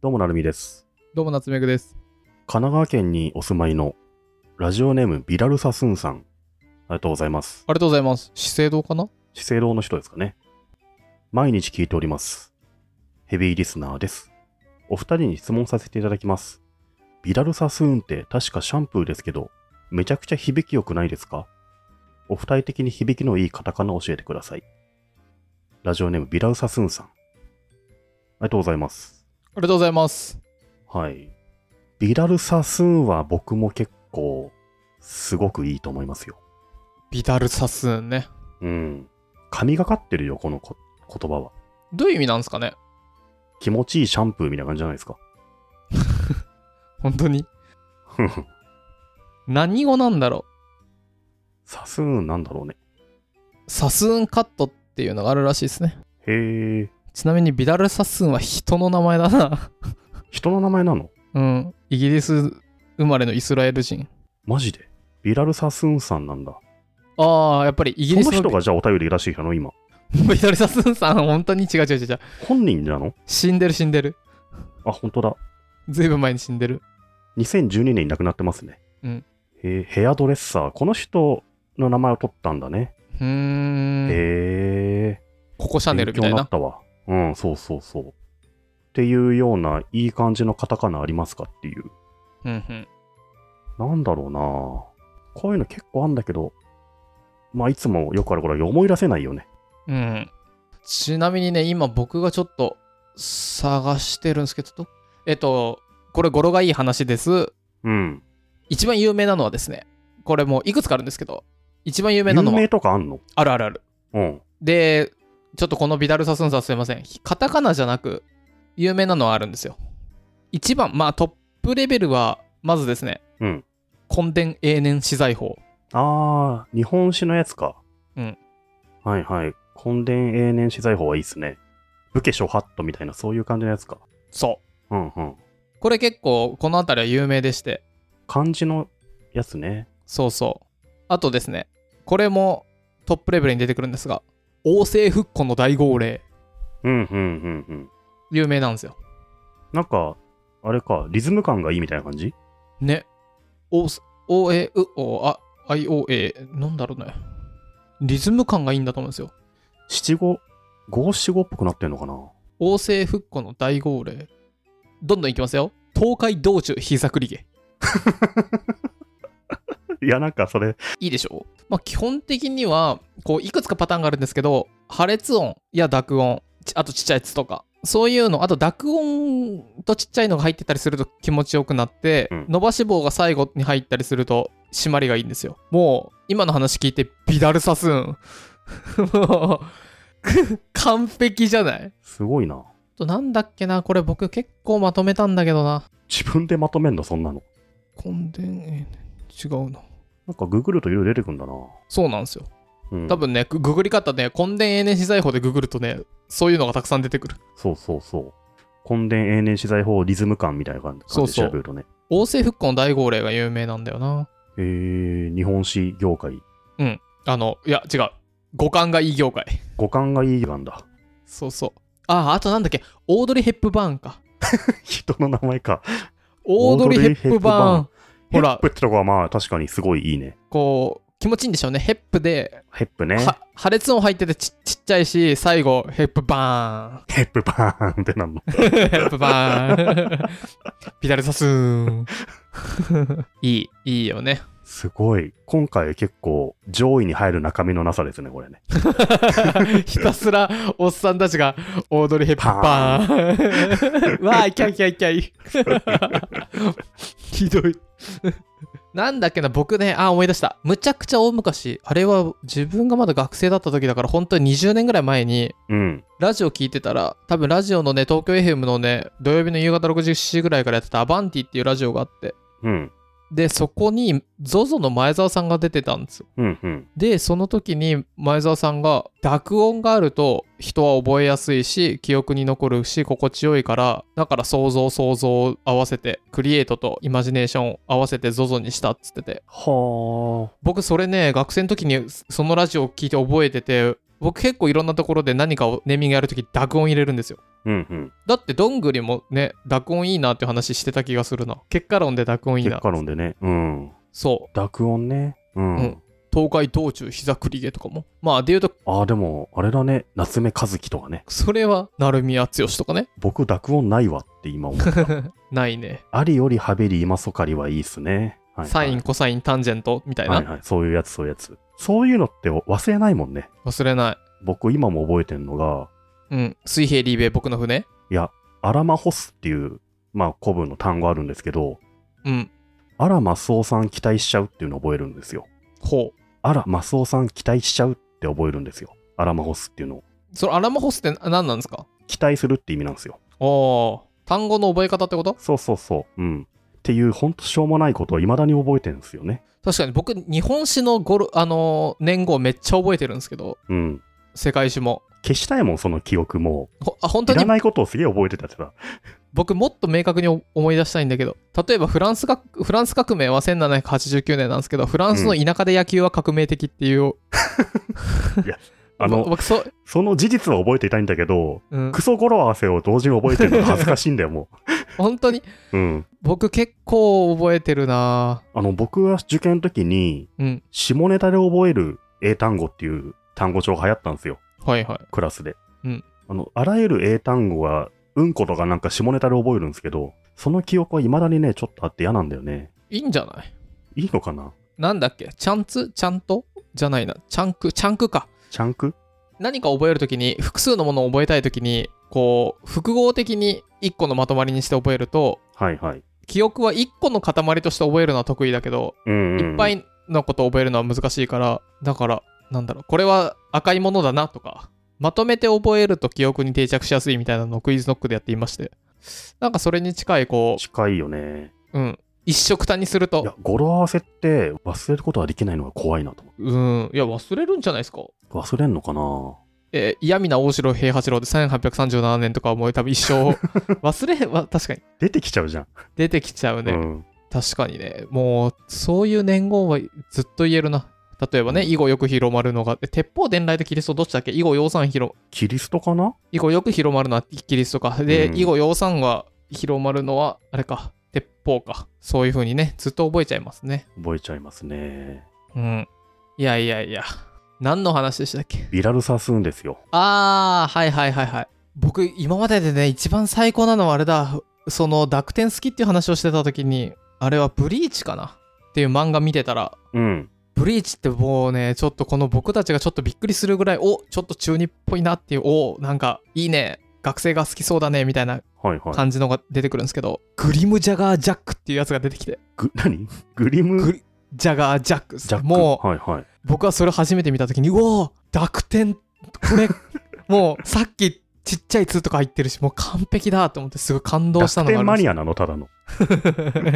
どうもなるみです。どうも、夏目くです。神奈川県にお住まいのラジオネームビラルサスンさん。ありがとうございます。ありがとうございます。資生堂かな資生堂の人ですかね。毎日聞いております。ヘビーリスナーです。お二人に質問させていただきます。ビラルサスーンって確かシャンプーですけど、めちゃくちゃ響き良くないですかお二人的に響きのいいカタカナを教えてください。ラジオネームビラルサスーンさん。ありがとうございます。ありがとうございます。はい。ビラルサスーンは僕も結構、すごくいいと思いますよ。ビダルサスーンね。うん。神がかってるよ、このこ言葉は。どういう意味なんですかね気持ちいいシャンプーみたいな感じじゃないですか。 本当に。何語なんだろサスーンなんだろうね。うサスーンカットっていうのがあるらしいですね。へえ。ちなみにビダルサスーンは人の名前だな。人の名前なのうん。イギリス生まれのイスラエル人。マジでビラルサスーンさんなんだ。ああ、やっぱりイギそリスの人がじゃあお便りらしいの今。ビダルサスーンさん、本当に違う違う違う違う。本人なの死んでる死んでる。あ、本当だ。ずいぶん前に死んでる。 2012年に亡くなってますね。うん。へえ、ヘアドレッサー。この人の名前を取ったんだね。うーん。へえ。ココシャネルみた勉い強にななっ。たわ。うん、そうそうそう。っていうような、いい感じのカタカナありますかっていう。うんうん。なんだろうなこういうの結構あんだけど、まあ、いつもよくあるから思い出せないよね。うん。ちなみにね、今僕がちょっと探してるんですけど、どえっと、これ語呂がいい話です。うん。一番有名なのはですね、これもういくつかあるんですけど、一番有名な有のは名とかあんのあるあるある。うん。で、ちょっとこのビダルサスンさんすいません。カタカナじゃなく、有名なのはあるんですよ。一番、まあトップレベルは、まずですね、うん墾田永年資材法。あー、日本史のやつか。うん。はいはい。墾田永年資材法はいいっすね。武家諸ハットみたいな、そういう感じのやつか。そうんうん。う。これ結構、この辺りは有名でして、漢字のやつね。そうそう。あとですね、これもトップレベルに出てくるんですが、王政復古の大号令、うんうんうんうん。有名なんですよ。なんか、あれか、リズム感がいいみたいな感じね。お、お、え、う、お、あ、I、O、A、なんだろうね。リズム感がいいんだと思うんですよ。七五五七五っぽくなってんのかな王政復古の大号令。どんどんいきますよ。東海道中膝作り下。 いやなんかそれいいでしょうまあ、基本的には、こう、いくつかパターンがあるんですけど、破裂音や濁音、ちあとちっちゃいやつとか、そういうの、あと濁音とちっちゃいのが入ってたりすると気持ちよくなって、うん伸ばし棒が最後に入ったりすると、締まりがいいんですよ。もう、今の話聞いて、ビダルサスーン。 もう、完璧じゃないすごいなとなんだっけな、これ僕結構まとめたんだけどな。自分でまとめんだそんなのコンデン、違うな。なんかググるといろいろ出てくんだな、そうなんですよ。うん、多分ね、グググり方ね、墾田永年資材法でググるとね、そういうのがたくさん出てくる。そうそうそう墾田永年資材法リズム感みたいな感じそうでそう調べるとね王政復古の大号令が有名なんだよな。えー、日本史業界あの、いや、違う。五感がいい業界。五感がいいなんだ そうそう。あ、あとなんだっけ、オードリー・ヘップバーンか。人の名前かオードリー・ヘップバーン。ほヘらップ、ってとこはまあ確かにすごいいいねこう、気持ちいいんでしょうね。ヘップで、ヘップねは破裂音入っててちちっちゃいし、最後、ヘップバヘップバーンってなんのーン。 ヘップバーン。 ピダルサスーン。 いい、いいよね。すごい今回結構上位に入る中身のなさですねこれね ひたすらおっさんたちがオードリー・ヘップバーン。わー、キャイキャイキャイ。 ひどい。なんだっけな、僕ね、あ、思い出した。むちゃくちゃ大昔、あれは自分がまだ学生だった時だから、本当に20年ぐらい前に、うんラジオ聞いてたら、多分ラジオのね、東京 FM のね、土曜日の夕方6時ぐらいからやってたアバンティっていうラジオがあって、うんで、そこに ZOZO の前澤さんが出てたんですようんうんでその時に前澤さんが濁音があると人は覚えやすいし記憶に残るし心地よいからだから想像想像を合わせてクリエイトとイマジネーションを合わせて ZOZO にしたっつっててはあ僕それね学生の時にそのラジオを聞いて覚えてて僕結構いろんなところで何かをネーミングやるとき濁音入れるんですようんうん。だってどんぐりもね濁音いいなって話してた気がするな結果論で濁音いい結な果論でね。うん。そう濁音ね。うん。うん東海道中膝くりげとかもまあで言うとああ、でも、あれだね。夏目和樹とかね。それは鳴宮剛とかね僕、濁音ないわって今 思う。ないね、ありよりはべり今そかりはいいっすね。はいはいサインコサインタンジェントみたいな、はいはい。そういうやつ、そういうやつ。そういうのって忘れないもんね。忘れない僕、今も覚えてんのが、うん水平リーベイ僕の船いや、アラマホスっていう、まあ、古文の単語あるんですけど、うんアラマスオさん期待しちゃうっていうのを覚えるんですよ。ほうアラマスオさん期待しちゃうって覚えるんですよ。アラマホスっていうのを。そのアラマホスって何なんですか期待するって意味なんですよ。おー単語の覚え方ってことそうそうそう。うん。っていう、ほんとしょうもないことを未だに覚えてるんですよね。確かに僕日本史の語呂あのー年号めっちゃ覚えてるんですけどうん。世界史も消したいもん、その記憶も。ほあ本当いらにないことをすげえ覚えてたってさ。僕もっと明確にお思い出したいんだけど例えばフランスがフランス革命は1789年なんですけどフランスの田舎で野球は革命的っていう、あぼの、僕そう、その事実は覚えていたいんだけど、うんク、ソ語呂合わせを同時に覚えてるのが恥ずかしいんだよ、も本当にう。うん。僕結構覚えてるなあの、僕は受験の時に、うん下ネタで覚える英単語っていう単語帳が流行ったんですよ、はいはいクラスで。うんあの、あらゆる英単語は、うんことかなんか下ネタで覚えるんですけど、その記憶は未だにね、ちょっとあって嫌なんだよね。いいんじゃないいいのかななんだっけちゃんつちゃんとじゃないなちゃんくちゃんくかチャンク何か覚えるときに複数のものを覚えたいときにこう複合的に1個のまとまりにして覚えるとはいはい。記憶は1個の塊として覚えるのは得意だけど、うん、うん。いっぱ。いのことを覚えるのは難しいからだからなんだろうこれは赤いものだなとかまとめて覚えると記憶に定着しやすいみたいなのをクイズノックでやっていましてなんかそれに近いこ近いよね。う、うん、一色たにするいやと、語呂合わせって忘れることはできないのが怖いなと思うんいや忘れるんじゃないですかう。忘れんのかなえー嫌味な大城平八郎で1837年とかはもう多分一生忘れへんわ確かに出てきちゃうじゃん。出てきちゃうね、うん。確かにねもうそういう年号はずっと言えるな例えばねうん囲碁よく広まるのがえ鉄砲伝来とキリストどっちだっけ囲碁養蚕広キリストかな囲碁よく広まるのはキリストかで、うん囲碁養蚕が広まるのはあれか鉄砲かそういう風にねずっと覚えちゃいますね覚えちゃいますね。うんいやいやいや何の話でしたっけビラルサスーンですよ。あーはいはいはいはい僕今まででね一番最高なのはあれだその濁点好きっていう話をしてた時にあれはブリーチかなっていう漫画見てたらうん。ブリーチってもうねちょっとこの僕たちがちょっとびっくりするぐらいおちょっと中二っぽいなっていうおなんかいいね学生が好きそうだねみたいなはいはい。感じのが出てくるんですけど、グリム・ジャガー・ジャックっていうやつが出てきてぐ何グリムグジャガー・ジャックですジャックもはいはい。う僕はそれ初めて見た時にうおー濁点こ れもうさっきちっちゃい「2」とか入ってるしもう完璧だと思ってすごい感動したのが濁ある点マんですニアなのただの。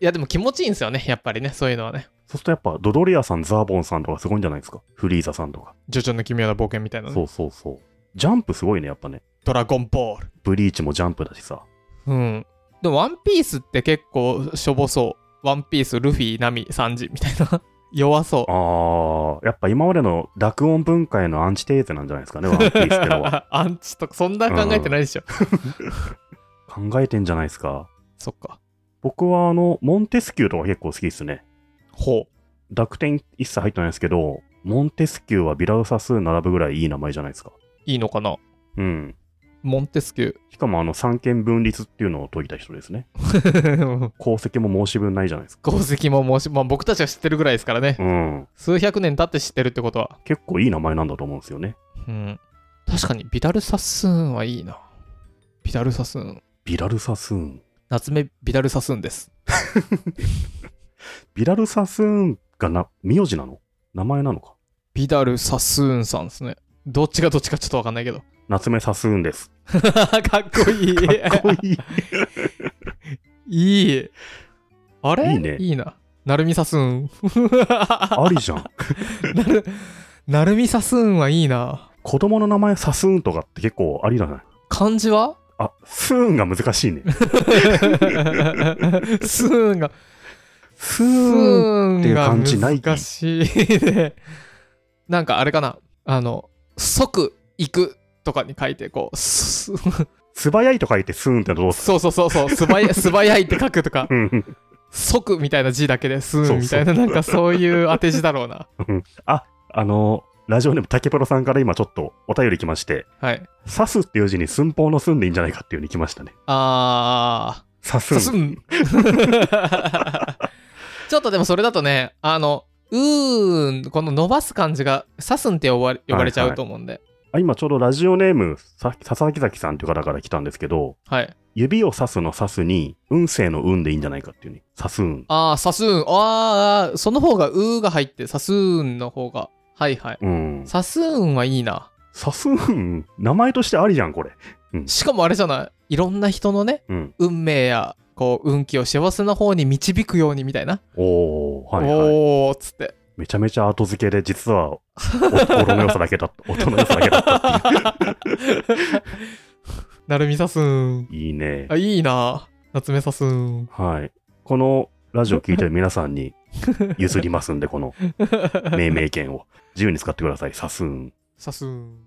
いやでも気持ちいいんですよねやっぱりねそういうのはねそうするとやっぱドドリアさん、ザーボンさんとかすごいんじゃないですか。フリーザさんとか。 「ジョジョの奇妙な冒険」みたいなね、そうそうそう。ジャンプすごいね、やっぱね。ドラゴンボール」ブリーチもジャンプだしさ。うん。でも、ワンピースって結構しょぼそう。ワンピース、ルフィ、ナミ、サンジみたいな。 弱そあー、やっぱ今までの濁音文化へのアンチテーゼなんじゃないですかね、ワンピースっての は。う。アンチとか、そんな考えてないでしょ。考えてんじゃないですか。そっか。僕はあの、モンテスキューとか結構好きですね。ほ濁点一切入ってないですけど、モンテスキューはビラウサス並ぶぐらいいい名前じゃないですか。う。いいのかなうん。モンテスキュしかもあの、三権分立っていうのを解いた人ですね。ー。功績も申し分ないじゃないですか。功績も申し、まあ僕たちが知ってるぐらいですからね。うん。数百年経って知ってるってことは。結構いい名前なんだと思うんですよね。うん。確かに、ビダルサスーンはいいな。ビダルサスーン。ビラルサスーン。夏目ビダルサスーンです。ビラルサスーンがな、名字なの名前なのか。ビダルサスーンさんですね。どっちがどっちかちょっとわかんないけど。夏目サスーンです。かっこいい。かっこいい。いい。あれいいねな。なるみさす ん。ありじゃん。なる、なるみさすんはいいな。子供の名前サスーンとかって結構ありだね。漢字はあ、スーンが難しいね。すんが。スーン。ンっていう漢字ない 難しいね。なんかあれかな。あの、即行くとかに書いて、こう、す素早いとか言ってスーンってのどうすそうそうそうそう、素 早い素早いって書くとか、るうん即みたいな字だけですーんみたいな、なんかそういう当て字だろうな。あのラジオネーム竹プロさんから今ちょっとお便り来ましてはい。 「刺す」っていう字に寸法の寸でいいんじゃないかっていうふうに来ましたねあ刺ー、さすすんん。 ちょっとでもそれだとね、あの、うーん、この伸ばす感じが、さすんって呼ばれ呼ばれちゃうと思うんで。あ今ちょうどラジオネームさ佐々木崎さんという方から来たんですけどはい。指を刺すの刺すに運勢の運でいいんじゃないかっていうね刺すんあー、さすん。あー、その方が、うーが入って、さすんの方が。はいはい。うんさすんはいいな。サスーン、名前としてありじゃん、これ。しかもあれじゃない。いろんな人のね、うん。運命や、こう、運気を幸せな方に導くようにみたいな。おー、はいはい。おーっつって。めちゃめちゃ後付けで、実は、お心の良さだけだ った。音の良さだけだったっていなるみさすん。う。いいねあ、。いいな。夏目さすん。はい。このラジオ聞いてる皆さんに譲りますんで、この命名権を。自由に使ってください、サスーン。さすん。